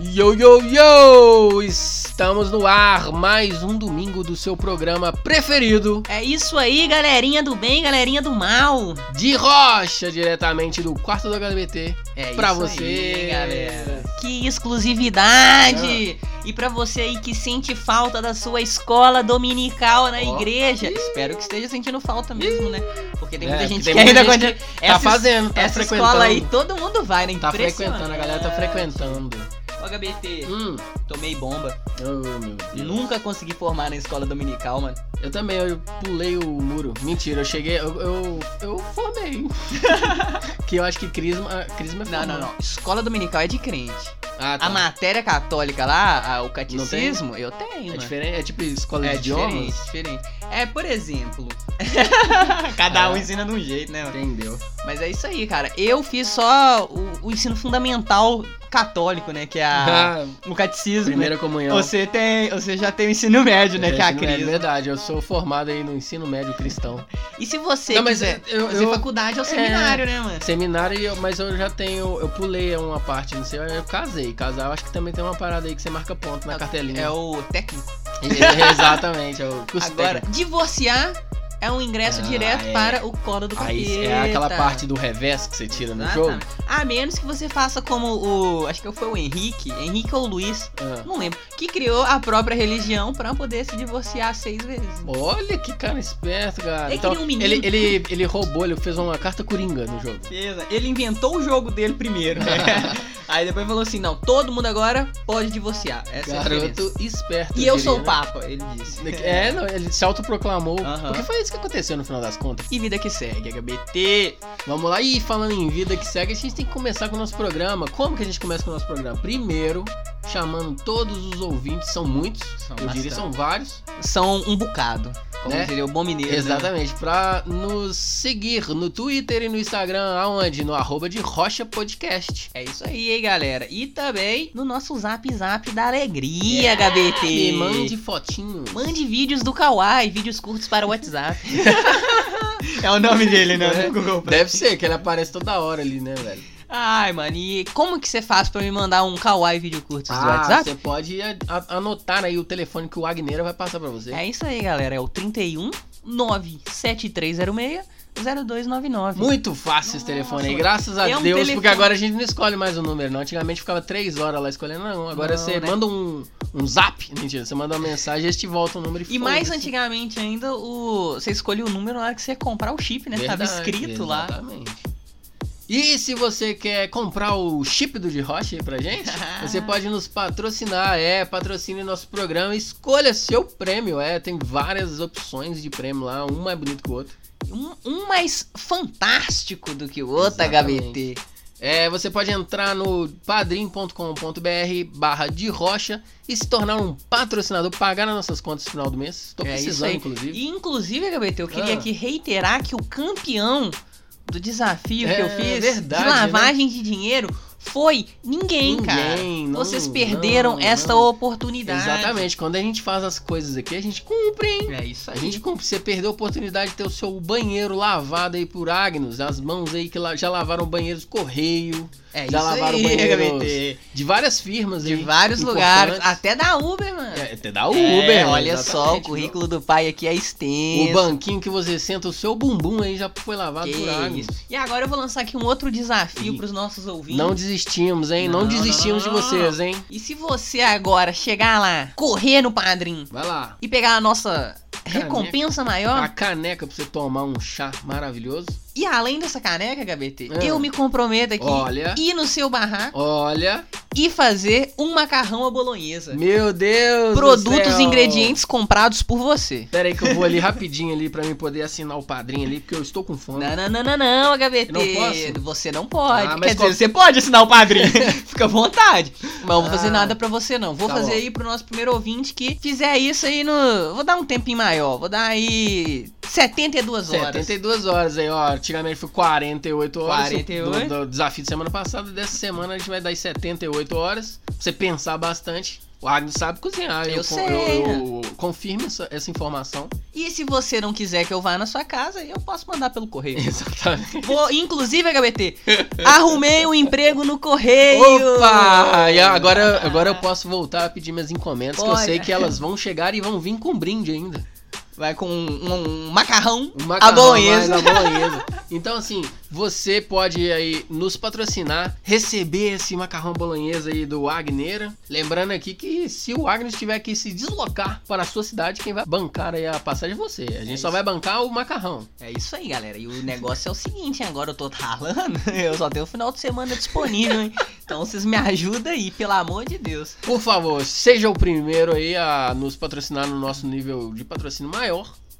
Yo, yo, yo! Estamos no ar, mais um domingo do seu programa preferido, É isso aí, galerinha do bem, galerinha do mal. de rocha, diretamente do quarto do HDBT, É pra isso você, aí, galera. Que exclusividade! Ah. E pra você aí que sente falta da sua escola dominical na Ó. igreja, espero que esteja sentindo falta mesmo, né? Porque tem muita É, gente tem que muita ainda gente continua. Tá fazendo, tá essa frequentando. escola aí todo mundo vai, né? Tá Impressionante. frequentando, a galera tá frequentando. Ó, HBT, Hum. tomei bomba. Oh, meu Deus. Nunca consegui formar na escola dominical, mano. Eu também, eu pulei o muro. Mentira, eu cheguei, eu, eu, eu formei. que eu acho que Crisma, Crisma é Não, formou. não, não. Escola dominical é de crente. Ah, tá. A matéria católica lá, a- o tem? catecismo, eu tenho, É mano. diferente, é tipo escola É de idiomas. diferente, diferente. É, por exemplo. Cada um É. ensina de um jeito, né? mano? Entendeu? Mas é isso aí, cara. Eu fiz só o, o ensino fundamental católico, né? Que é a, Ah, o catecismo. primeira comunhão. Você tem, você já tem o ensino médio, né? É, Que é a ensino médio, crise. verdade, eu sou formado aí no ensino médio cristão. E se você Não, mas quiser eu- fazer eu- faculdade é o é. seminário, né, mano? Seminário, eu- mas eu já tenho. Eu pulei uma parte, não sei, eu casei. Casar, eu acho que também tem uma parada aí que você marca ponto na É- cartelinha. É o técnico. É, Exatamente, é o curso Agora, divorciar é um ingresso Ah, direto é. para o colo do capeta. Aí é aquela parte do revés que você tira no jogo. Exatamente. A menos que você faça como o. Acho que foi o Henrique, Henrique ou o Luiz, Ah. não lembro, que criou a própria religião pra poder se divorciar seis vezes. Ah, Olha que cara esperto, cara. Então, Ele queria um menino. ele, ele, ele roubou, ele fez uma carta coringa no jogo. Beleza, ele inventou o jogo dele primeiro, né? Aí depois falou assim: não, todo mundo agora pode divorciar. Essa é a diferença. Garoto esperto. E eu diria, sou o né? Papa, ele disse. É, não, ele se autoproclamou. Aham. Porque foi isso que aconteceu no final das contas. E vida que é segue, HBT. Vamos lá, e falando em vida que segue, a gente tem que começar com o nosso programa. Como que a gente começa com o nosso programa? Primeiro, chamando todos os ouvintes, são muitos, São eu diria bastante. são vários, São um bocado. Como Né? diria o bom mineiro. né? exatamente, pra nos seguir no Twitter e no Instagram, aonde? No arroba de Rocha Podcast. É isso aí, hein, galera. E também no nosso zap zap da alegria, HBT. Me mande fotinhos. Mande vídeos do Kawaii, vídeos curtos para o WhatsApp. É o nome dele, né? né? Google Play. Deve ser, que ele aparece toda hora ali, né, velho? Ai, mano, e como que você faz pra me mandar um Kawaii vídeo curto Ah, do WhatsApp? você pode a- a- anotar aí o telefone que o Agneira vai passar pra você. É isso aí, galera. É o 31 97306 0299. Muito fácil esse telefone aí, graças a É um Deus, telefone. porque agora a gente não escolhe mais o número, não. Antigamente ficava três horas lá escolhendo, não. Agora Não, você né? manda um, um zap, mentira, você manda uma mensagem, eles te voltam o número e E mais foda-se. antigamente ainda, o você escolheu o número na hora que você ia comprar o chip, né? Tava Verdade, escrito lá. Exatamente. E se você quer comprar o chip do De Rocha aí pra gente, você pode nos patrocinar, é, patrocine nosso programa, escolha seu prêmio, é, tem várias opções de prêmio lá, um mais bonito que o outro. Um, um mais fantástico do que o outro, Exatamente. HBT. É, você pode entrar no padrim.com.br barra de rocha e se tornar um patrocinador, pagar nas nossas contas no final do mês. Tô É isso precisando, aí. inclusive. E inclusive, HBT, eu queria Ah. aqui reiterar que o campeão do desafio que eu É fiz verdade, né? de lavagem de dinheiro foi ninguém, cara. não- Vocês perderam não, esta não. oportunidade. Exatamente, quando a gente faz as coisas aqui, a gente cumpre, hein? É isso A aí. gente cumpre. Você perdeu a oportunidade de ter o seu banheiro lavado aí por Agnus, as mãos aí que la- já lavaram banheiros de correio, É Já isso lavaram aí, banheiros HBT. de várias firmas De aí vários importantes. lugares. Até da Uber, mano. É, até da É, Uber, né? olha só, o Exatamente. currículo do pai aqui é O extenso. banquinho que você senta, o seu bumbum aí já foi lavado Que por Agnus. isso. E agora eu vou lançar aqui um outro desafio Ih. pros nossos ouvintes. Não desistimos, hein? Não, Não, desistimos não, de não, não. vocês, hein? E se você agora chegar lá, correr no padrinho Vai lá. e pegar a nossa Caneca. recompensa maior, A caneca pra você tomar um chá maravilhoso. e além dessa caneca, HBT, É. eu me comprometo aqui Olha. ir no seu barraco Olha. e fazer um macarrão à bolonhesa. Meu Deus. do Produtos céu. e ingredientes comprados por você. Pera aí que eu vou ali rapidinho ali pra mim poder assinar o padrinho ali, porque eu estou com fome. Não, não, não, não, não, HBT. Eu não posso? Você não pode. Ah, mas Quer qual- dizer, você pode assinar o padrinho. Fica à vontade. Mas eu vou fazer Ah, nada pra você, não. Vou tá fazer bom. aí pro nosso primeiro ouvinte que fizer isso aí no. Vou dar um tempinho maior. Vou dar aí 72 horas. 72 horas aí, ó. Antigamente foi 48 horas. 48. Do, do desafio de semana passada. Dessa semana a gente vai dar aí 78 horas. Pra você pensar bastante. O Agnes sabe cozinhar. Eu sei. Eu, eu confirme essa, essa informação. E se você não quiser que eu vá na sua casa, eu posso mandar pelo correio. Exatamente. Vou, inclusive, HBT, arrumei um emprego no correio. Opa! E agora, agora eu posso voltar a pedir minhas encomendas, que eu Olha. sei que elas vão chegar e vão vir com brinde ainda. Vai com um, um macarrão, O macarrão, a bolonhesa. mas a bolonhesa. Então, assim, você pode aí nos patrocinar, receber esse macarrão bolonhesa aí do Agneira. Lembrando aqui que se o Agnes tiver que se deslocar para a sua cidade, quem vai bancar aí a passagem é você. A gente É só isso. vai bancar o macarrão. É isso aí, galera. E o negócio é o seguinte, agora eu tô ralando, eu só tenho o final de semana disponível, hein? Então vocês me ajudam aí, pelo amor de Deus. Por favor, seja o primeiro aí a nos patrocinar no nosso nível de patrocínio maior.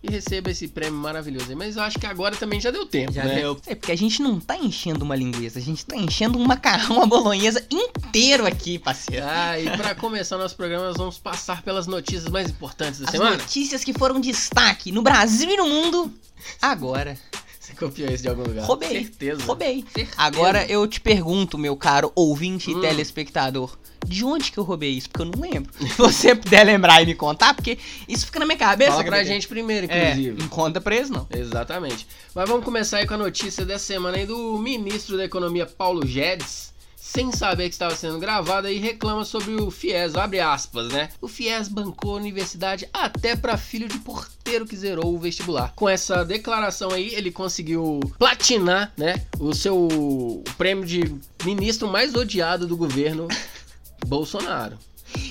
E receba esse prêmio maravilhoso aí. Mas eu acho que agora também já deu tempo, né? É porque a gente não tá enchendo uma linguiça, a gente tá enchendo um macarrão à bolonhesa inteiro aqui, parceiro. Ah, e pra começar nosso programa, nós vamos passar pelas notícias mais importantes da As semana. notícias que foram destaque no Brasil e no mundo, agora. Você copiou isso de algum lugar? Roubei. Certeza. Roubei. Certeza. Agora eu te pergunto, meu caro ouvinte e Hum. telespectador, de onde que eu roubei isso? Porque eu não lembro. Se você puder lembrar e me contar, porque isso fica na minha cabeça. Fala pra acredita? gente primeiro, É, inclusive. não conta pra eles, não. Exatamente. Mas vamos começar aí com a notícia dessa semana aí do ministro da Economia, Paulo Guedes. Sem saber que estava sendo gravada e reclama sobre o FIES, abre aspas, né? O FIES bancou a universidade até pra filho de porteiro que zerou o vestibular. Com essa declaração aí, ele conseguiu platinar, né? O seu prêmio de ministro mais odiado do governo, Bolsonaro.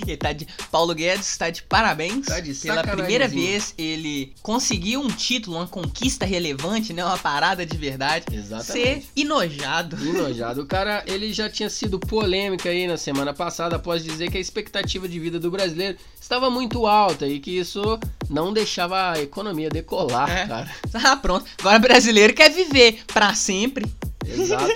Ele tá de... Paulo Guedes tá de parabéns. Tá de Pela primeira sacanagemzinho. vez ele conseguiu um título, uma conquista relevante, né? Uma parada de verdade. Exatamente. Ser enojado. Enojado. O cara, ele já tinha sido polêmica aí na semana passada após dizer que a expectativa de vida do brasileiro estava muito alta e que isso não deixava a economia decolar, É. cara. Ah, pronto. Agora brasileiro quer viver pra sempre. Exato.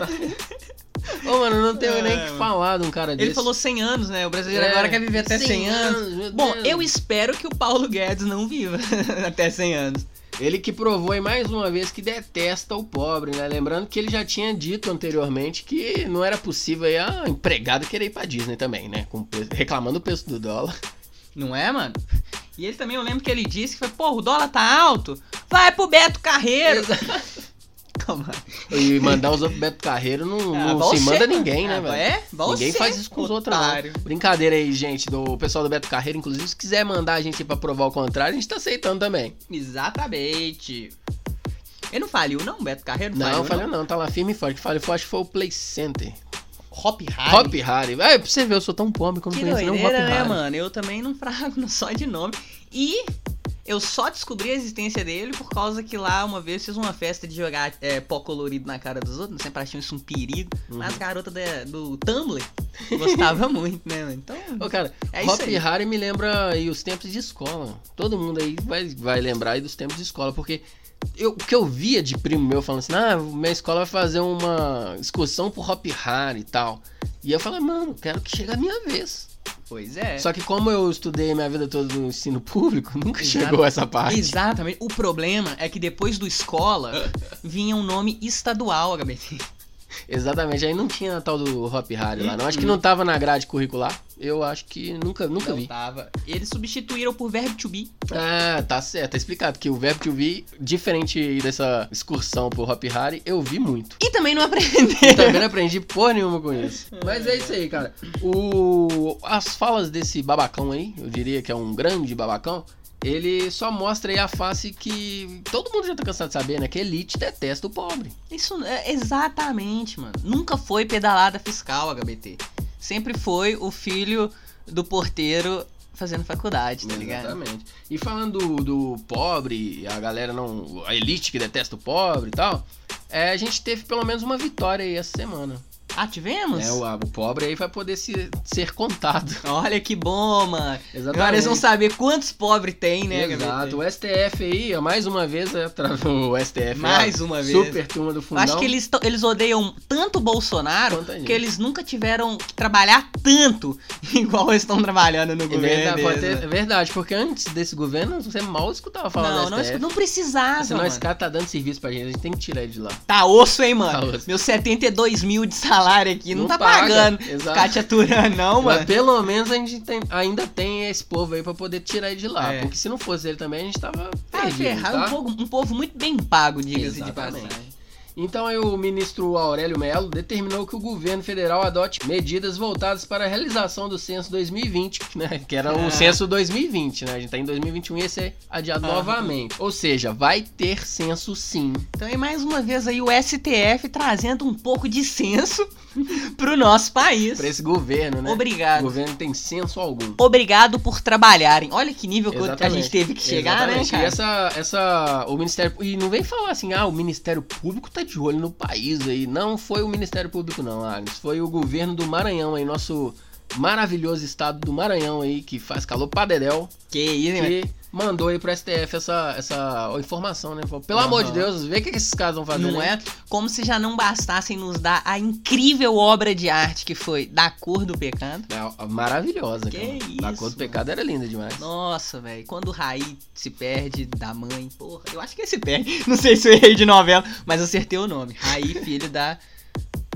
Ô, mano, não tenho nem o É, que mano. falar de um cara desse. Ele falou 100 anos, né? O brasileiro É, agora quer viver até 100, anos. meu Bom, Deus. eu espero que o Paulo Guedes não viva até 100 anos. Ele que provou aí mais uma vez que detesta o pobre, né? Lembrando que ele já tinha dito anteriormente que não era possível aí a empregada querer ir pra Disney também, né? Com o preço- reclamando o preço do dólar. Não é, mano? E ele também, eu lembro que ele disse que foi, porra, o dólar tá alto. Vai pro Beto Carreiro. Calma. E mandar os outros Beto Carreiro não, Ah, não você, se manda mano. ninguém, né, Ah, velho? É? Você, Ninguém faz isso com os outros, otário. não. Brincadeira aí, gente, do pessoal do Beto Carreiro. Inclusive, se quiser mandar a gente pra provar o contrário, a gente tá aceitando também. Exatamente. Ele não faliu, não, Beto Carreiro? Não, faliu, falei não, tá lá firme e forte. Falei, eu acho que foi o Play Center. Hop Harry. Hop Harry. É, pra você ver, eu sou tão pobre que eu não Que conheço nenhum Hop doideira, né, Harry. mano? Eu também não frago, não só de nome. E eu só descobri a existência dele por causa que lá uma vez fiz uma festa de jogar é, pó colorido na cara dos outros. Sempre acham isso um perigo. Uhum. Mas garotas da- do Tumblr gostava muito, né, mano? Então, Ô, cara, é isso Hop aí. Harry me lembra aí os tempos de escola. Todo mundo aí vai, vai lembrar aí dos tempos de escola, porque eu, o que eu via de primo meu falando assim, ah, minha escola vai fazer uma excursão pro Hop Harry e tal. E eu falei, mano, quero que chegue a minha vez. Pois é. Só que como eu estudei minha vida toda no ensino público, nunca Exato. chegou essa parte. Exatamente. O problema é que depois do escola vinha um nome estadual, HBT. Exatamente, aí não tinha a tal do Hop Harry lá, não. Acho que Uhum. não tava na grade curricular. Eu acho que nunca, nunca Não vi. tava. Eles substituíram por verbo to be. Ah, tá certo, tá explicado. Que o verbo que eu vi, diferente aí dessa excursão pro Hop Harry, eu vi muito. E também não Eu aprenderam. também não aprendi porra nenhuma com isso. Mas é isso aí, cara. O... As falas desse babacão aí, eu diria que é um grande babacão, ele só mostra aí a face que todo mundo já tá cansado de saber, né? Que elite detesta o pobre. Isso é exatamente, mano. Nunca foi pedalada fiscal, HBT. Sempre foi o filho do porteiro fazendo faculdade, tá ligado? Exatamente. E falando do, do pobre, a galera não. a elite que detesta o pobre e tal. É, a gente teve pelo menos uma vitória aí essa semana. Ah, tivemos? É, o, a- o pobre aí vai poder se, ser contado. Olha que bom, mano. Agora eles vão saber quantos pobres tem, né, Exato. HBT? O STF aí, ó, mais uma vez, é tra- o STF. Mais ó, uma vez. Super turma do Eu fundão. Acho que eles, tão- eles odeiam tanto o Bolsonaro Quanto a gente. que eles nunca tiveram que trabalhar tanto igual eles estão trabalhando no É governo. verdade, pode deles, ter- é verdade, porque antes desse governo, você mal escutava falar Não, do não, STF. escu- não precisava. Senão mano. esse cara tá dando serviço pra gente, a gente tem que tirar ele de lá. Tá osso, hein, mano? Tá osso. Meus 72 mil de salário aqui, não, tá paga. pagando. Exato. Ficar te aturando, não, Mas mano. pelo menos a gente tem- ainda tem esse povo aí pra poder tirar ele de lá. É. Porque se não fosse ele também, a gente tava Ah, perdido, ferrado, tá? um, povo, um povo muito bem pago, diga-se de Exatamente. passagem. Então aí o ministro Aurélio Melo determinou que o governo federal adote medidas voltadas para a realização do censo 2020, né? Que era o Ah. censo 2020, né? A gente tá em 2021 e esse é adiado Aham. novamente. Ou seja, vai ter censo sim. Então, e mais uma vez aí o STF trazendo um pouco de senso pro nosso país. Pra esse governo, né? O Obrigado. governo tem senso algum. Obrigado por trabalharem. Olha que nível que a Exatamente. gente teve que chegar, Exatamente. né, cara? E essa, essa, o Ministério e não vem falar assim, ah, o Ministério Público tá de olho no país aí. Não foi o Ministério Público não, Agnes. foi o governo do Maranhão aí, nosso maravilhoso estado do Maranhão aí que faz calor pra dedéu, Que isso, hein, que mandou aí pro STF essa, essa informação, né? Falou, Pelo Aham. amor de Deus, vê o que, que esses caras vão fazer. Não né? é? Como se já não bastassem nos dar a incrível obra de arte que foi Da Cor do Pecado. É maravilhosa, Que cara. isso, Da cor do mano. pecado era linda demais. Nossa, velho. Quando o Raí se perde da mãe, porra. Eu acho que ele se perde. Não sei se eu errei de novela, mas acertei o nome. Raí, filho da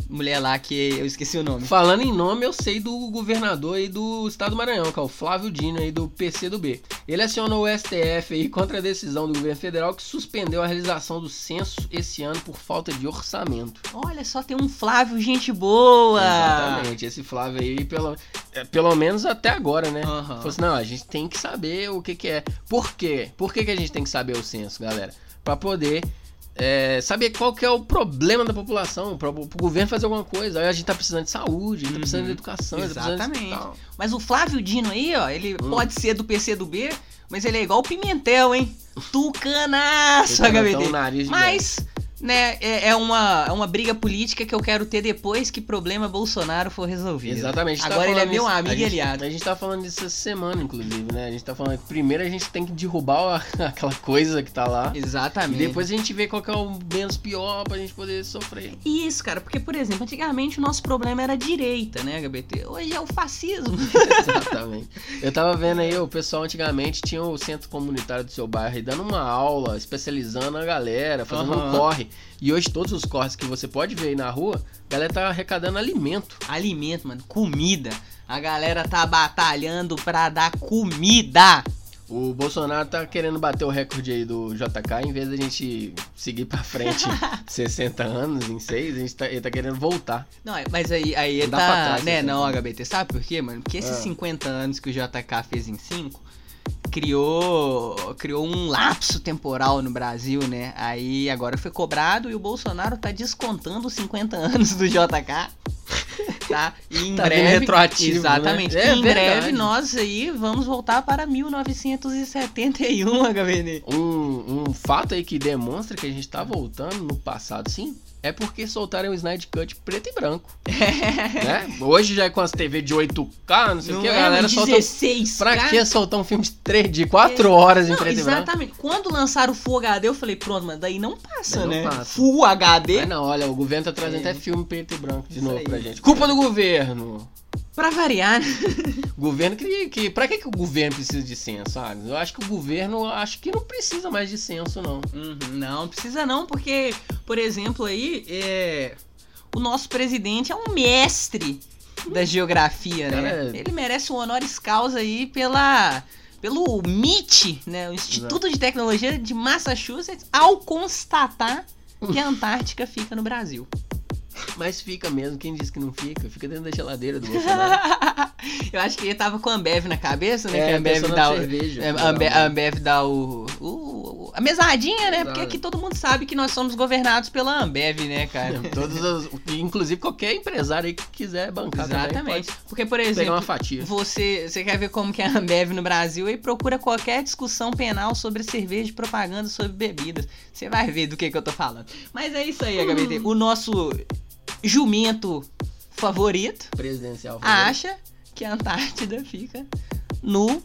mulher lá que eu esqueci o nome. Falando em nome, eu sei do governador aí do estado do Maranhão, que é o Flávio Dino aí do PCdoB. Ele acionou o STF aí contra a decisão do governo federal que suspendeu a realização do censo esse ano por falta de orçamento. Olha só, tem um Flávio, gente boa. Exatamente, esse Flávio aí, pelo, é, pelo menos até agora, né? Aham. Falou assim, não, a gente tem que saber o que que é. Por quê? Por que, que a gente tem que saber o censo, galera? Pra poder é, saber qual que é o problema da população, pra, pro governo fazer alguma coisa. Aí a gente tá precisando de saúde, a gente tá Uhum. precisando de educação, a gente tá precisando de Exatamente. tal. Mas o Flávio Dino aí, ó, ele Hum. pode ser do PC do B, mas ele é igual o Pimentel, hein? tá Tucanaço, HBD. Mas, né, é, é uma, é uma briga política que eu quero ter depois que problema Bolsonaro for resolvido. Exatamente. a gente Agora ele é falando meu isso- amigo a e gente- aliado. A gente tá falando disso essa semana, inclusive, né? A gente tá falando que primeiro a gente tem que derrubar a- aquela coisa que tá lá. E Exatamente. depois a gente vê qual que é o menos pior pra gente poder sofrer. Isso, cara, porque, por exemplo, antigamente o nosso problema era a direita, né, HBT? Hoje é o fascismo. Exatamente. Eu tava vendo aí, o pessoal antigamente tinha o centro comunitário do seu bairro aí dando uma aula, especializando a galera, fazendo um Aham. corre. E hoje todos os corres que você pode ver aí na rua, a galera tá arrecadando alimento. Alimento, mano, comida. A galera tá batalhando pra dar comida. O Bolsonaro tá querendo bater o recorde aí do JK, em vez da gente seguir pra frente 60 anos em 6, a gente tá, ele tá querendo voltar. Não, é, mas aí, aí Não dá pra tá, trás, né, assim, não, né? HBT, sabe por quê, mano? Porque esses Ah. 50 anos que o JK fez em 5 criou criou um lapso temporal no Brasil, né? Aí agora foi cobrado e o Bolsonaro tá descontando os 50 anos do JK. Tá? E em Tá bem breve, retroativo, né? exatamente. É E em verdade. breve nós aí vamos voltar para 1971, HBT. Um, um fato aí que demonstra que a gente tá voltando no passado, sim, é porque soltaram o Snyder Cut preto e branco. né? Hoje já é com as TV de 8K, não sei o Não que, a é galera solta. 16, Pra cara? que soltar um filme de 3, de 4 horas em Não, preto e branco? exatamente. Quando lançaram o Full HD, eu falei, pronto, mas daí não passa, Daí não né? passa. Full HD Mas não, olha, o governo tá trazendo É. até filme preto e branco de Isso novo aí. pra gente. Culpa do governo! pra variar, né? Governo que, que. Pra que, que o governo precisa de censo, Agnes? Eu acho que o governo acho que não precisa mais de censo, não. Uhum, não, precisa não, porque, por exemplo, aí, é, o nosso presidente é um mestre da geografia, né? Cara, é- Ele merece um honoris causa aí pela... Pelo MIT, né? O Instituto de Tecnologia de Massachusetts, ao constatar que a Antártica fica no Brasil. Mas fica mesmo, quem disse que não fica? Fica dentro da geladeira do Né? Bolsonaro. Eu acho que ele tava com a Ambev na cabeça, é né? que a Ambev pensando na dá o- cerveja. É, A Ambe- a Ambev dá o, o- o- A mesadinha, né? Exato. Porque um aqui todo mundo sabe que nós somos governados pela Ambev, né, cara? Todos os- É, inclusive qualquer empresário aí que quiser bancar também, pode Exatamente. Porque, por pegar uma exemplo, fatia. você, você quer ver como que é a Ambev no Brasil e procura qualquer discussão penal sobre cerveja e propaganda sobre bebidas. Você vai ver do que, que eu tô falando. Mas é isso aí, HBT. Hum. O nosso jumento favorito Uhum. Ah, Presidencial. acha que a Antártida fica no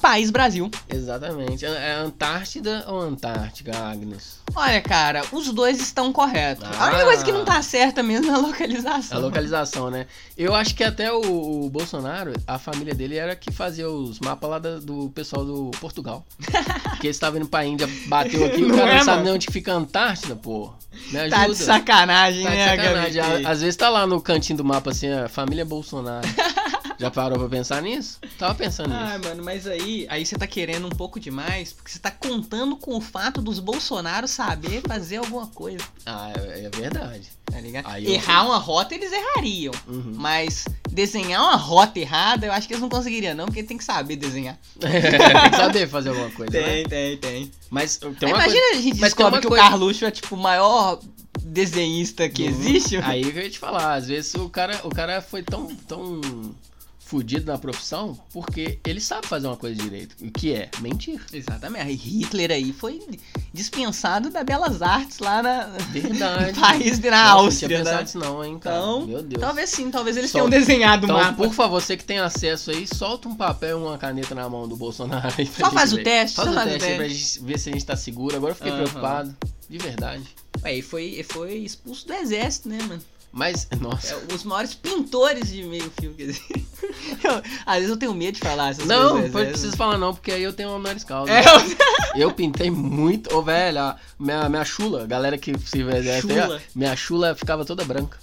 País Brasil. Exatamente. É Antártida ou Antártica, Agnes? Olha, cara, os dois estão corretos. A única Ah. coisa que não tá certa mesmo é a A localização. localização, né? Eu acho que até o, o Bolsonaro, a família dele era que fazia os mapas lá da- do pessoal do Portugal. Porque eles estavam indo pra Índia, bateu aqui, o Não cara é, não sabe mano? nem onde fica a Antártida, pô. Me ajuda. Tá de sacanagem, Tá de né, sacanagem. Gabi? Às vezes tá lá no cantinho do mapa assim, a família Bolsonaro. Já parou pra pensar nisso? Tava pensando Ah, nisso. mano, mas aí, aí você tá querendo um pouco demais, porque você tá contando com o fato dos Bolsonaro saber fazer alguma coisa, Ah, é, é verdade. tá ligado? Aí eu- Errar uma rota eles errariam, Uhum. mas desenhar uma rota errada eu acho que eles não conseguiriam não, porque tem que saber desenhar. né? Tem que saber fazer alguma coisa, né? tem, tem. Mas tem uma Aí coisa- imagina a mas gente tem descobre uma que coisa- o Carluxo é tipo o maior desenhista que Uhum. existe. Aí que eu ia te falar, às vezes o cara, o cara foi tão, tão fudido na profissão porque ele sabe fazer uma coisa direito, o que é mentir. Exatamente, aí Hitler aí foi dispensado da Belas Artes lá na... Verdade. no país de- Tá na Nossa, Não Áustria, tinha pensado né? nisso não, hein, cara. Então, Meu Deus. Talvez sim, talvez eles Só- tenham desenhado o Então, mapa. por favor, você que tem acesso aí, solta um papel e uma caneta na mão do Bolsonaro aí. pra Só gente faz o ver. teste, Faz só o faz o teste aí pra teste. gente ver se a gente tá seguro. Agora eu fiquei Aham. preocupado. De verdade. Aí foi, foi expulso do exército, né, mano? Mas, nossa. É, os maiores pintores de meio fio, quer dizer. Eu- às vezes eu tenho medo de falar essas Não, coisas. não né? preciso falar não, porque aí eu tenho uma menores causa. É, eu- Eu pintei muito. Ô, velho, a minha, minha chula, galera que se vê né, Chula. minha chula ficava toda branca.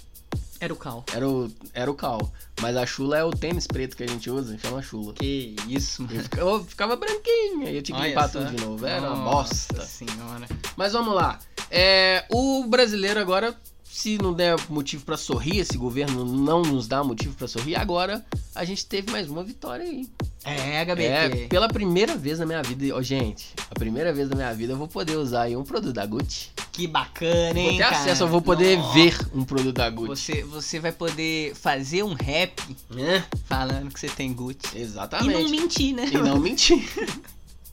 Era o Cal. Era o, era o cal. Mas a chula é o tênis preto que a gente usa, chama chula. Que isso, mano. Eu fica- eu ficava branquinha e eu tinha que Olha limpar só. tudo de novo. Era uma Nossa bosta. senhora. Mas vamos lá. É, o brasileiro agora, se não der motivo pra sorrir, esse governo não nos dá motivo pra sorrir, agora a gente teve mais uma vitória aí. É, É, HBT. pela primeira vez na minha vida, ó, gente, a primeira vez na minha vida eu vou poder usar aí um produto da Gucci. Que bacana, hein, vou ter cara? acesso, eu vou poder Nossa. ver um produto da Gucci. Você, você vai poder fazer um rap Né? falando que você tem Gucci. E não Exatamente. mentir, né? E não mentir.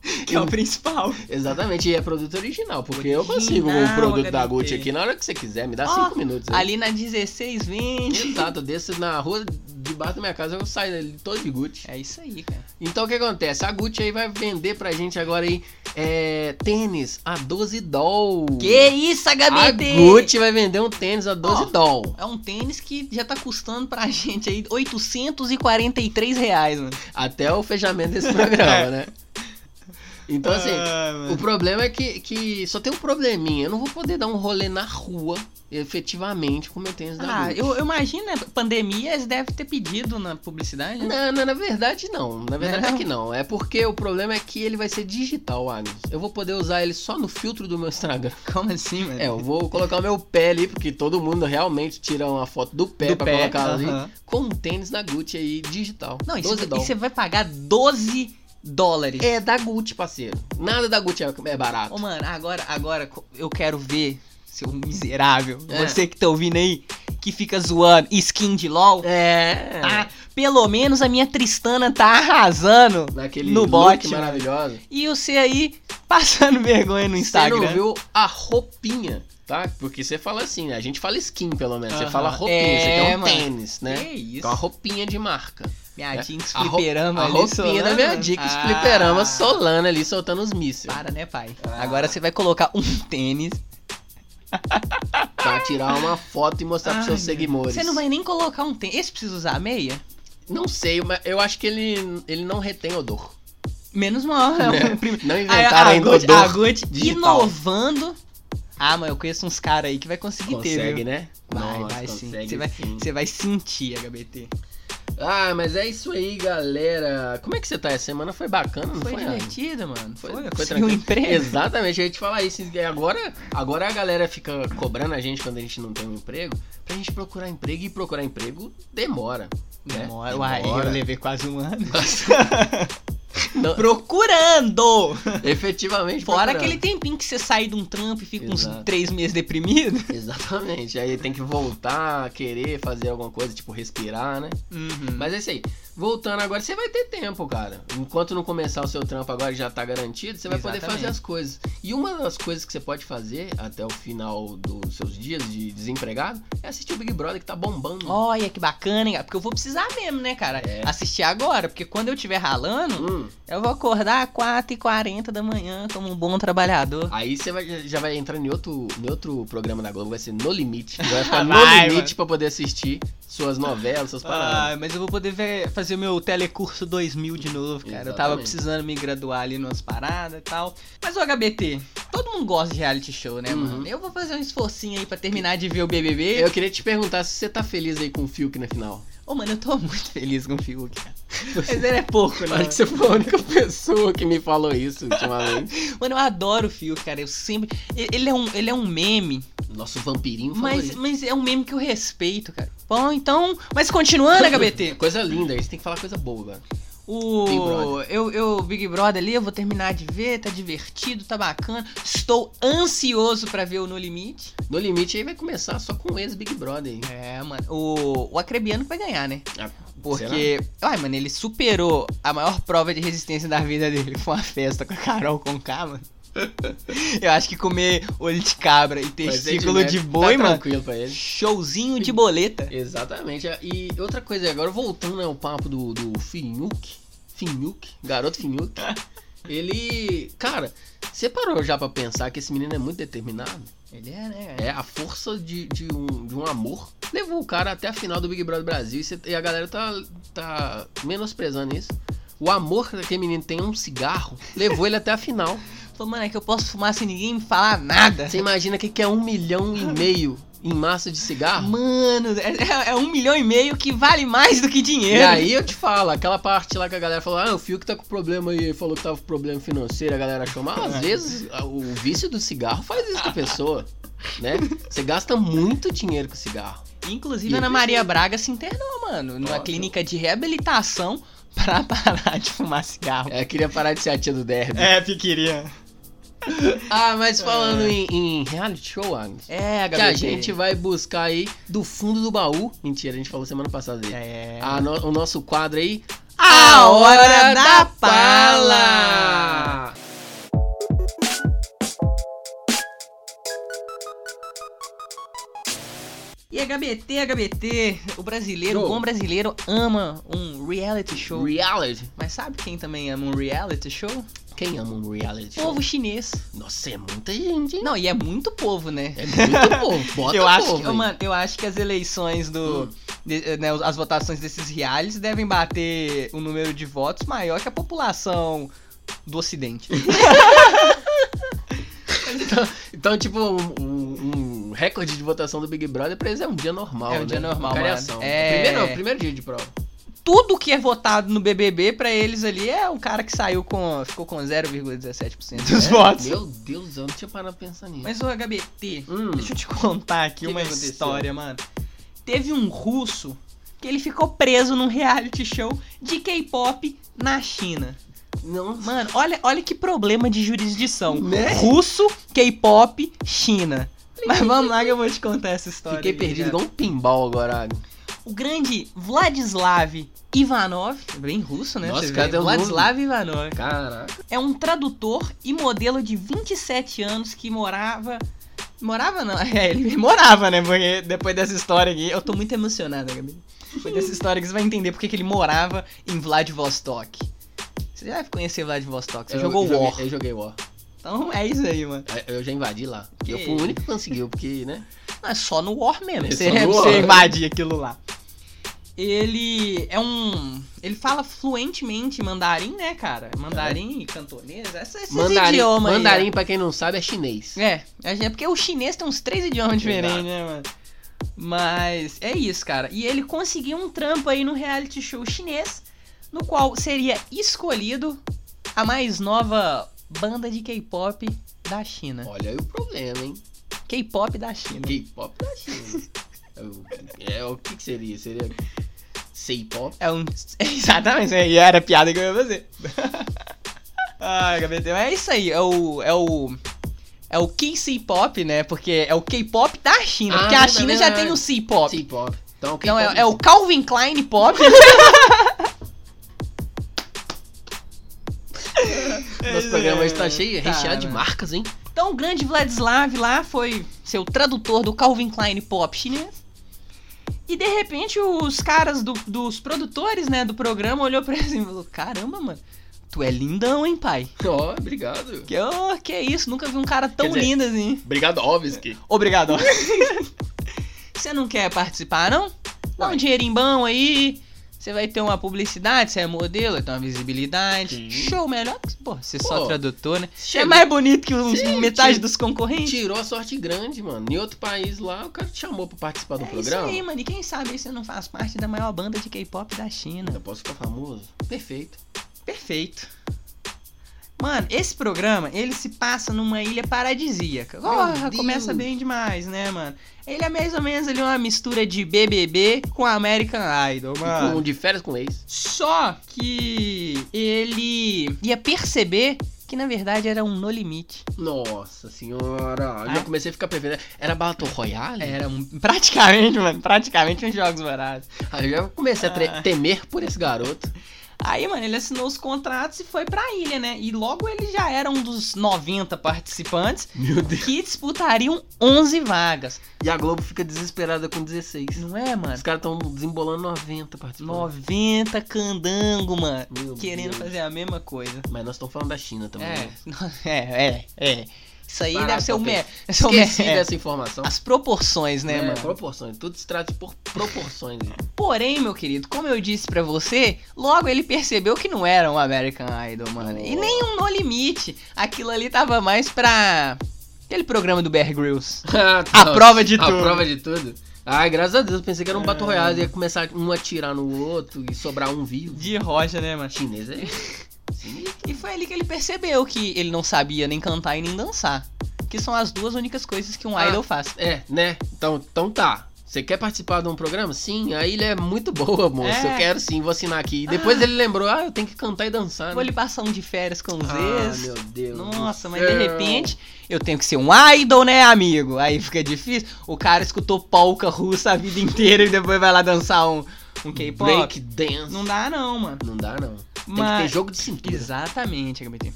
que é o principal. Exatamente, e é produto original, porque eu Original, consigo um produto da HBT. Gucci aqui na hora que você quiser, me dá Ó, 5 minutos. aí. Ali na 1620. Exato, desses na rua debaixo da minha casa, eu saio dele todo de Gucci. É isso aí, cara. Então o que acontece? A Gucci aí vai vender pra gente agora aí é, tênis a 12 doll. Que isso, A HBT? Gucci vai vender um tênis a 12 Ó. doll. É um tênis que já tá custando pra gente aí 843 reais, mano. Até o fechamento desse programa, né? Então assim, o Ah, problema é que, que só tem um probleminha. Eu não vou poder dar um rolê na rua, efetivamente, com meu tá tênis da Gucci. Ah, eu, eu imagino, né? Pandemia, eles devem ter pedido na publicidade, né? Não, não, na verdade não. Na verdade Não? é que não. É porque o problema é que ele vai ser digital, Agnes. Eu vou poder usar ele só no filtro do meu Instagram. Como assim, mano? É, eu vou colocar o meu pé ali, porque todo mundo realmente tira uma foto do pé Do pra pé, colocar aham. ali. Com um tênis da Gucci aí, digital. Não, é e 12 você- e dólares. você vai pagar 12 dólares. É da Gucci, parceiro. Nada da Gucci é é barato. Ô, mano, agora, agora co- eu quero ver, seu miserável, É. você que tá ouvindo aí, que fica zoando skin de LOL. É. Tá? Pelo menos a minha Tristana tá arrasando. Naquele No look bote, maravilhoso. E você aí passando vergonha no Instagram. Você não viu a roupinha, tá? Porque você fala assim, né? A gente fala skin, pelo menos. Você Aham. fala roupinha, É, você quer um mano. tênis, né? Que isso? Ah, Com a roupinha de marca. Minha Jinx É. A ro- fliperama A ali, roupinha da solando. minha dica, esse Ah, fliperama Ah. solana ali, soltando os mísseis. Para, né, pai? Agora você vai colocar um tênis. Pra tirar uma foto e mostrar Ai, pros seus meu seguidores. Você não vai nem colocar um tênis. Esse precisa usar a meia? Não sei, mas eu acho que ele, ele não retém odor. Menos mal. Né? É. um prim- Não Aí, inventaram ainda Gucci- a odor. Gucci digital. inovando. Ah, mano, eu conheço uns caras aí que vai conseguir ter, Consegue, viu? né? Vai, Nossa, vai sim. consegue Você vai, sim. você vai sentir, HBT. Ah, mas é isso aí, galera. Como é que você tá? Essa semana foi bacana, não Foi, foi? Ana? divertido, mano. Foi, foi, um tranquilo. emprego. Exatamente, eu ia te falar isso. E Agora, agora a galera fica cobrando a gente quando a gente não tem um emprego pra gente procurar emprego. E procurar emprego demora. né? Demora, uai, eu levei quase um ano. Não, Procurando! efetivamente. Fora procurando. aquele tempinho que você sai de um trampo e fica Exato. uns três meses deprimido. Uhum. Exatamente. Aí tem que voltar, querer fazer alguma coisa, tipo respirar, né? Mas é isso aí. Voltando agora, você vai ter tempo, cara. Enquanto não começar o seu trampo agora, já tá garantido, você vai poder Exatamente. fazer as coisas. E uma das coisas que você pode fazer até o final dos seus dias de desempregado é assistir o Big Brother que tá bombando. Olha que bacana, hein? cara? Porque eu vou precisar mesmo, né, cara? É. Assistir agora, porque quando eu estiver ralando, Hum, eu vou acordar às 4h40 da manhã como um bom trabalhador. aí você vai- já vai entrar em outro, em outro programa da Globo, vai ser No Limite. Vai ficar Vai, No Limite mano. pra poder assistir suas novelas, suas paradas. Ah, mas eu vou poder ver- fazer meu telecurso 2000 de novo, cara. Eu tava Exatamente. precisando me graduar ali numas paradas e tal. Mas o HBT, todo mundo gosta de reality show, né, Uhum. mano? Eu vou fazer um esforcinho aí pra terminar de ver o BBB. Ô, Eu queria te perguntar se você tá feliz aí com o Fiuk na final. mano, eu tô muito feliz com o Fiuk, cara. Mas ele é pouco, né? Acho que você foi a única pessoa que me falou isso ultimamente. Mano, eu adoro o Fiuk, cara. Eu sempre. Ele é um, ele é um meme, Nosso vampirinho mas, favorito. mas é um meme que eu respeito, cara. Bom, então. Mas continuando, HBT. Coisa linda, a gente tem que falar coisa boa agora. Big O Brother. eu, eu Big Brother ali, eu vou terminar de ver, tá divertido, tá bacana. Estou ansioso pra ver o No Limite. No limite aí vai começar só com ex Big Brother, hein? É, mano. O, o Acrebiano vai ganhar, né? Ah, Porque, ai, mano, ele superou a maior prova de resistência da vida dele com a festa com a Carol Conká, mano. Eu acho que comer olho de cabra e será? Mas é testículo de né? boi, tá mano, tranquilo pra ele. showzinho de boleta. Exatamente. E outra coisa, agora voltando né, ao papo do, do Finuk, Finuk, garoto Finuk. ele, cara, você parou já pra pensar que esse menino é muito determinado? Ele é, né? É, a força de, de, um, de um amor levou o cara até a final do Big Brother Brasil e, cê- e a galera tá, tá menosprezando isso. O amor que aquele menino tem a um cigarro levou ele até a final. Falou, mano, é que eu posso fumar sem ninguém me falar nada. Você imagina o que, que é um milhão e meio em massa de cigarro? Ah. Mano, é, é um milhão e meio que vale mais do que E dinheiro. aí eu te falo, aquela parte lá que a galera falou, ah, o Fio que tá com problema aí, falou que tava com problema financeiro, a galera chama. Ah, Às vezes a- o vício do cigarro faz isso com a pessoa, né? Você gasta muito dinheiro com cigarro. Inclusive, E a Ana eu Maria Braga se internou, mano, numa Óbvio. clínica de reabilitação pra parar de fumar cigarro. É, queria parar de ser a tia do derby. É, piquirinha. Ah, mas falando em, em reality show, Agnes, É, que a gente vai buscar aí do fundo do baú. Mentira, a gente falou semana passada dele. É. Ah, no- o nosso quadro aí. A Hora da Pala! E HBT, HBT, o brasileiro, Show. o bom brasileiro ama um reality show. Reality. Mas sabe quem também ama um reality show? Quem ama um reality show? Povo chinês. Nossa, é muita gente, hein? Não, e é muito povo, né? É muito povo. Bota Hum. eu acho povo, que, é hein? mano, eu acho que as eleições do. de- né, as votações desses realities devem bater um número de votos maior que a população do Ocidente. Então, tipo, um, um- um recorde de votação do Big Brother pra eles é um dia normal, É um né? dia normal, Uma mano. cariação. É. Primeiro, primeiro dia de prova. Tudo que é votado no BBB pra eles ali é um cara que saiu com. ficou com 0,17% Dos É? né? votos. Meu Deus, eu não tinha parado pra pensar nisso. Mas o HBT, Hum. deixa eu te contar aqui Que uma que aconteceu? história, mano. Teve um russo que ele ficou preso num reality show de K-pop na China. Não, Mano, olha, olha que problema de jurisdição. Né? Russo, K-pop, China. Mas vamos lá que eu vou te contar essa história. Fiquei aí, perdido cara. igual um pinball agora. O grande Vladislav Ivanov, bem russo, né? Nossa, Você cara, vê, tem um Vladislav Ivanov. Caraca. É um tradutor e modelo de 27 anos que morava... Morava não, é, ele morava, né? Porque depois dessa história aqui, eu tô muito emocionado, Gabi. Depois dessa história aqui, você vai entender porque que ele morava em Vladivostok. Você já deve conhecer Vladivostok, você jogou eu War. Joguei, eu joguei War. Então é isso aí, mano. Eu eu já invadi lá. Eu Que fui o único que conseguiu, porque, né? Não, é só no War mesmo. É Você, só no você War. invade aquilo lá. Ele é um. Ele fala fluentemente mandarim, né, cara? Mandarim e cantonês, essa- esses Mandarim, idiomas. aí, mandarim pra quem não sabe, é chinês. ó. É, a gente- é porque o chinês tem uns três idiomas diferentes, né, mano? Mas é isso, cara. E ele conseguiu um trampo aí no reality show chinês, no qual seria escolhido a mais nova banda de K-pop da China. Olha aí o problema, hein? K-pop da China. K-pop da China. É o- é o que, que seria? Seria C-pop? É um. Exatamente, e era a piada que eu ia fazer. Ai, HBT, mas é isso aí, é o. É o. É o K-pop, né? Porque é o K-pop da China. Ah, porque a verdade, China já verdade. tem é, o C-pop. C-pop. Então, Então K-pop é, é o Calvin Klein pop. programa hoje tá cheio, É, Cara. recheado de marcas, hein? Então o grande Vladislav lá foi seu tradutor do Calvin Klein pop chinês. E de repente os caras do- dos produtores, né, do programa olhou pra ele assim e falou: "Caramba, mano, tu é lindão, hein, pai?" Ó, obrigado. Que, oh, que isso, nunca vi um cara tão Quer dizer- lindo assim. Obrigado, Ovski. Obrigado. Você não quer participar, não? Dá um Vai. dinheirinho bom aí. Você vai ter uma publicidade, você é modelo, vai ter uma visibilidade. Sim. Show melhor que, pô, você só Pô. tradutor, né? É Chegou. mais bonito que uns- Sim, metade sim. dos concorrentes. Tirou a sorte grande, mano. Em outro país lá, o cara te chamou pra participar do é programa. isso aí, mano. E quem sabe aí você não faz parte da maior banda de K-pop da China. Ainda posso ficar famoso? Hum. Perfeito. Perfeito. Mano, esse programa, ele se passa numa ilha paradisíaca. Porra, Deus. começa bem demais, né, mano? Ele é mais ou menos ali uma mistura de BBB com American Idol, mano. Com, de férias com ex. Só que ele ia perceber que na verdade era um no limite. Nossa senhora. Ah. Já comecei a ficar perfeito. Era Battle Royale? Era um, praticamente, mano, praticamente uns jogos baratos. Aí eu já comecei a tre- Ah. temer por esse garoto. Aí, mano, ele assinou os contratos e foi pra ilha, né? E logo ele já era um dos 90 participantes Meu Deus. que disputariam 11 vagas. E a Globo fica desesperada com 16. Não é, mano? Os caras estão desembolando 90 participando. 90 candango, mano. Meu Querendo Deus. fazer a mesma coisa. Mas nós estamos falando da China também. É, né? é, é, é. Isso aí Barato, deve ser o ok. me- deve ser o me- é. Esqueci dessa informação. As proporções, né, É, mano? Proporções. Tudo se trata por proporções. Porém, meu querido, como eu disse pra você, logo ele percebeu que não era um American Idol, mano. Oh. E nem um No Limite. Aquilo ali tava mais pra. Aquele programa do Bear Grylls. Ah, A tá. prova de a tudo. prova de tudo. Ai, graças a Deus, eu pensei que era um Battle É. Royale, ia começar um a atirar no outro e sobrar um vivo. De rocha, né, mano? Chinês é. sinistro. E foi ali que ele percebeu que ele não sabia nem cantar e nem dançar. Que são as duas únicas coisas que um Ah. idol faz. É, né? Então, então tá. Você quer participar de um programa? Sim, a ilha é muito boa, moço. É. Eu quero sim, vou assinar aqui. E depois ele lembrou, ah, eu tenho que cantar e dançar, Vou né? lhe passar um de férias com os Ah, ex. meu Deus. É. do Nossa, mas de céu. repente eu tenho que ser um idol, né, amigo? Aí fica difícil. O cara escutou polca russa a vida inteira e depois vai lá dançar um, um K-pop. Break dance. Não dá não, mano. Não dá, não. Tem que ter Mas... jogo de cintura. Exatamente, HBT.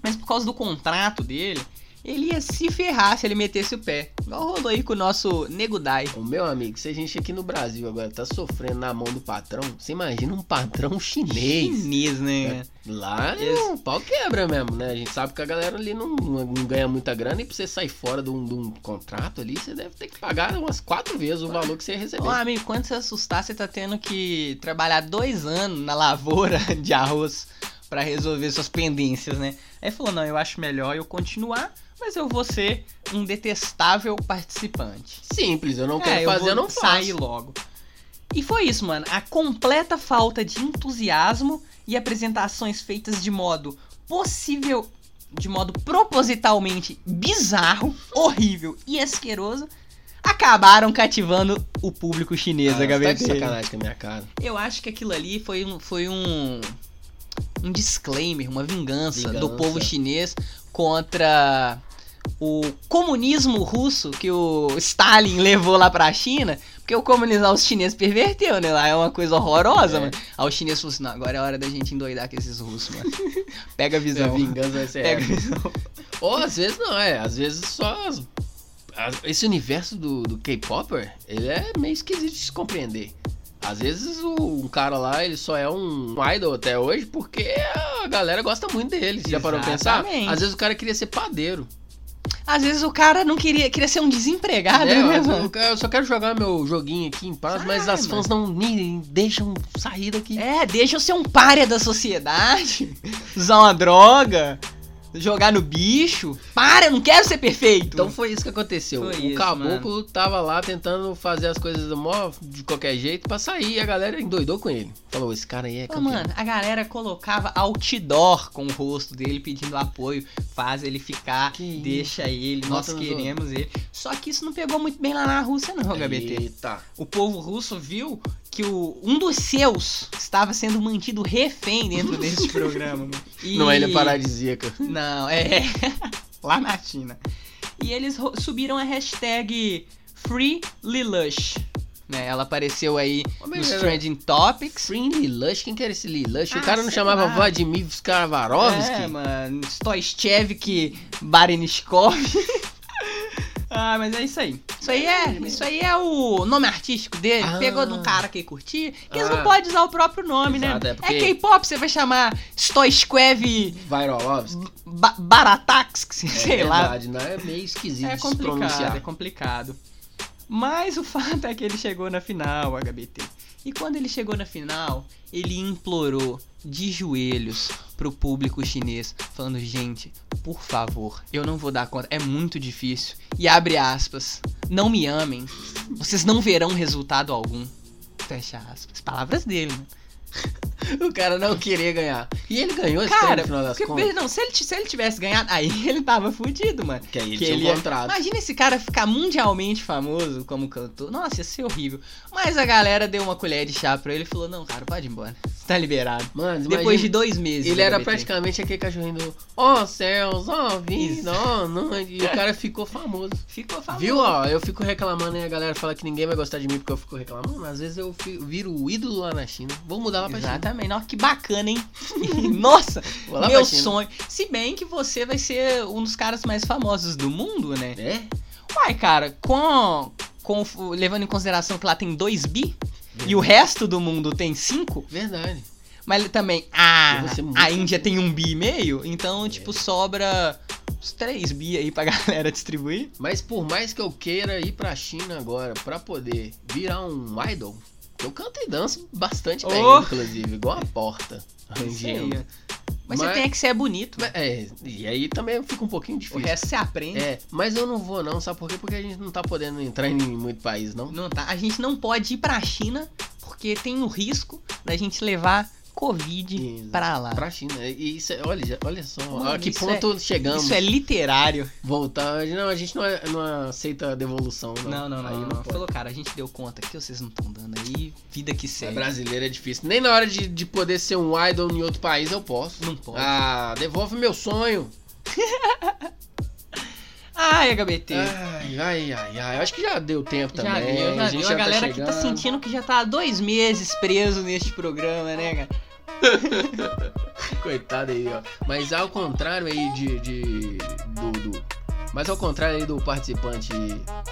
Mas por causa do contrato dele, ele ia se ferrar se ele metesse o pé. Igual rolou aí com o nosso Nego Dai. Ô, meu amigo, se a gente aqui no Brasil agora tá sofrendo na mão do patrão, você imagina um patrão chinês. Chinês, né? Lá é Esse- um pau quebra mesmo, né? A gente sabe que a galera ali não, não ganha muita grana e pra você sair fora de um, de um contrato ali, você deve ter que pagar umas quatro vezes o valor que você recebeu. Ô, amigo, quando você assustar, você tá tendo que trabalhar dois anos na lavoura de arroz pra resolver suas pendências, né? Aí ele falou, não, eu acho melhor eu continuar, mas eu vou ser um detestável participante. Simples, eu não É, quero fazer, vou eu não sair faço. logo. E foi isso, mano. A completa falta de entusiasmo e apresentações feitas de modo possível, de modo propositalmente bizarro, horrível e asqueroso, acabaram cativando o público chinês, Cara, você tá de HBT. sacanagem com a minha cara. Eu acho que aquilo ali foi um, foi um, um disclaimer, uma vingança, do Vingança. povo chinês contra o comunismo russo que o Stalin levou lá pra China, porque o comunismo os chineses perverteu, né? Lá é uma coisa horrorosa, É. mano. Aí os chineses falaram assim, não, agora é hora da gente endoidar com esses russos, mano. Pega a Minha visão. É, vingança vai ser Pega a essa. visão. Ou às vezes não, é. Às vezes só. as- as- esse universo do, do K-Popper, ele é meio esquisito de se compreender. Às vezes o, um cara lá, ele só é um idol até hoje porque a galera gosta muito dele. Você já parou pra pensar? Exatamente. Às vezes o cara queria ser padeiro. Às vezes o cara não queria, queria ser um desempregado, né? né, Às vezes mano? o cara, eu só quero jogar meu joguinho aqui em paz, Ah, mas as fãs não me deixam sair daqui. É, deixa eu ser um párea da sociedade, usar uma droga, jogar no bicho. Para, eu não quero ser perfeito. Então foi isso que aconteceu. Foi o isso, caboclo tava lá tentando fazer as coisas do mó de qualquer jeito pra sair e a galera endoidou com ele. Falou, esse cara aí é Ah, campeão. mano, a galera colocava outdoor com o rosto dele pedindo apoio, faz ele ficar, Que isso. deixa ele, nós Bota nos queremos ele. Só que isso não pegou muito bem lá na Rússia É não, HBT. Eita. O povo russo viu que o, um dos seus estava sendo mantido refém dentro desse programa. mano. E- Não, ele é paradisíaca. Não, é. Lá na China. E eles ro- subiram a hashtag FreeLilush né? Ela apareceu aí Homem nos era- Trending Topics. Free Lilush, quem que era esse Lilush? o Ah, cara não sei chamava lá. Vladimir Skavarovski? É, mano. Stoichevik Barenishkov. Ah, mas é isso aí. Isso aí é, isso aí é o nome artístico dele. Ah. Pegou de um cara que curtia. Que eles Ah. não podem usar o próprio nome, Exato, né? é porque- K-pop, você vai chamar Stoichkev Vairolovski. ba Baratax, sei é lá. verdade, né? É meio esquisito É de se pronunciar. complicado, é complicado. Mas o fato é que ele chegou na final, HBT. E quando ele chegou na final, ele implorou de joelhos pro público chinês, falando: gente, por favor, eu não vou dar conta, é muito difícil. E abre aspas, não me amem, vocês não verão resultado algum. Fecha aspas. Palavras dele, né? O cara não queria ganhar. E ele ganhou esse prêmio Cara, tá no final das porque, contas. não, se ele, t- se ele tivesse ganhado, aí ele tava fudido, mano. Que aí ele que tinha ele um ia- contrato. Imagina esse cara ficar mundialmente famoso como cantor. Nossa, ia ser horrível. Mas a galera deu uma colher de chá pra ele e falou: não, cara, pode ir embora. Você tá liberado. Mano, Depois de imagina- dois meses. Ele era LGBT. praticamente aquele cachorrinho do Ó céus, ó vida, ó noite. E o cara ficou famoso. Ficou famoso. Viu, ó? Eu fico reclamando e a galera fala que ninguém vai gostar de mim porque eu fico reclamando. Mas Às vezes eu fi- viro o ídolo lá na China. Vou mudar lá pra China. Exatamente. Nossa, que bacana, hein? Nossa, Vou lá meu pra China. sonho. Se bem que você vai ser um dos caras mais famosos do mundo, né? É? Uai, cara, com, com levando em consideração que lá tem 2 bi e o resto do mundo tem 5, Verdade. mas também a, Eu vou ser muito a Índia tem 1 um bi e meio, então, tipo, É. sobra uns 3 bi aí pra galera distribuir. Mas por mais que eu queira ir pra China agora pra poder virar um idol, eu canto e danço bastante bem, Oh! inclusive, igual a porta. Isso aí, Rangendo. ó. Mas, você Tá Mas- tem que ser bonito. Mas, É, e aí também fica um pouquinho O difícil. resto você aprende. É, mas eu não vou não, sabe por quê? Porque a gente não tá podendo entrar em muito país, não. Não tá. A gente não pode ir pra China porque tem o risco da gente levar Covid E- pra lá. Pra China. E isso é, olha, já- olha só, Mano, a que isso ponto chegamos. Isso é literário. Voltar. Não, a gente não, é- não aceita devolução, não. Não, não, não. Aí não, pode. Falou, cara, a gente deu conta aqui, vocês não estão dando aí. Vida que É segue. brasileiro é difícil. Nem na hora de, de poder ser um idol em outro país eu posso. Não pode. Ah, devolve meu sonho. Ai, HBT. Ai, ai, ai, ai. Acho que já deu tempo Já também. viu, já a a gente viu. já A galera que tá chegando. sentindo que já tá há dois meses preso neste programa, né, cara? Coitado aí, ó. Mas ao contrário aí de. de do, do- Mas ao contrário aí do participante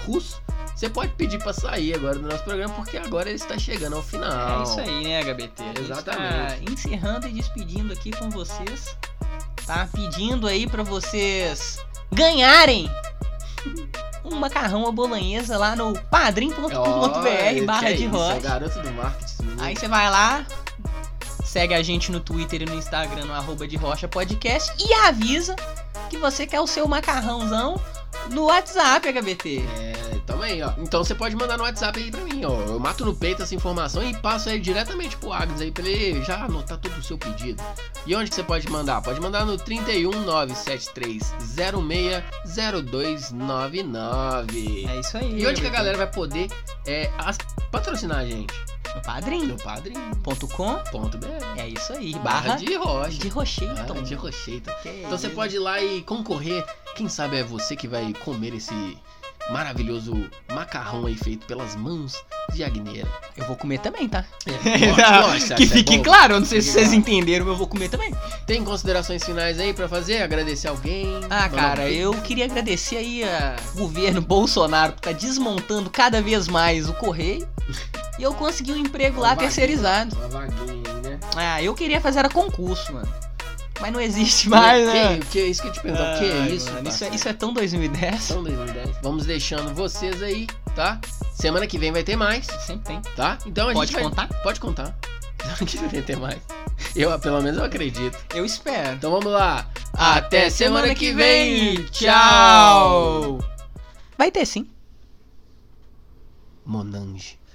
russo, você pode pedir pra sair agora do nosso programa, porque agora ele está chegando ao final. É isso aí, né, HBT? A gente Exatamente. Tá encerrando e despedindo aqui com vocês. Tá pedindo aí pra vocês ganharem um macarrão à bolonhesa lá no padrim.com.br Ó, barra que de isso, é o rock. garoto do marketing. menino. Aí você vai lá, segue a gente no Twitter e no Instagram, no arroba de rocha podcast, e avisa que você quer o seu macarrãozão no WhatsApp, HBT. É, tamo aí, ó. Então você pode mandar no WhatsApp aí pra mim, ó. Eu mato no peito essa informação e passo aí diretamente pro Agnes aí pra ele já anotar todo o seu pedido. E onde que você pode mandar? Pode mandar no um, 31973060299. É isso aí. E onde que a HBT? galera vai poder é, as- patrocinar a gente? No No padrim.com. padrinho.br É isso aí. barra Barra de de, É. rocha. rocheito. Barra de rocheita. Que Então você isso. pode ir lá e concorrer. Quem sabe é você que vai comer esse maravilhoso macarrão aí feito pelas mãos de Agneira. Eu vou comer também, tá? Nossa, que isso é fique bom. claro, eu não sei se Fique vocês claro. entenderam, eu vou comer também. Tem considerações finais aí pra fazer? Agradecer alguém? Ah, Mandar cara, um- eu queria agradecer aí a governo Bolsonaro que tá desmontando cada vez mais o correio. E eu consegui um emprego lá Uma vaguinha. terceirizado. Uma vaguinha aí, né? Ah, eu queria fazer era concurso, mano. Mas não existe mais, né? Que, que é isso que eu te pergunto? O que é Ai, isso? Então, mano, isso, é, parceiro? isso é tão 2010. São 2010. Vamos deixando vocês aí, tá? Semana que vem vai ter mais, Sempre tem. tá? Então a Pode gente vai... contar? Pode contar. Semana que vem vai ter mais. Eu, pelo menos, eu acredito. Eu espero. Então vamos lá. Até semana que vem. Tchau. Vai ter sim. Monange.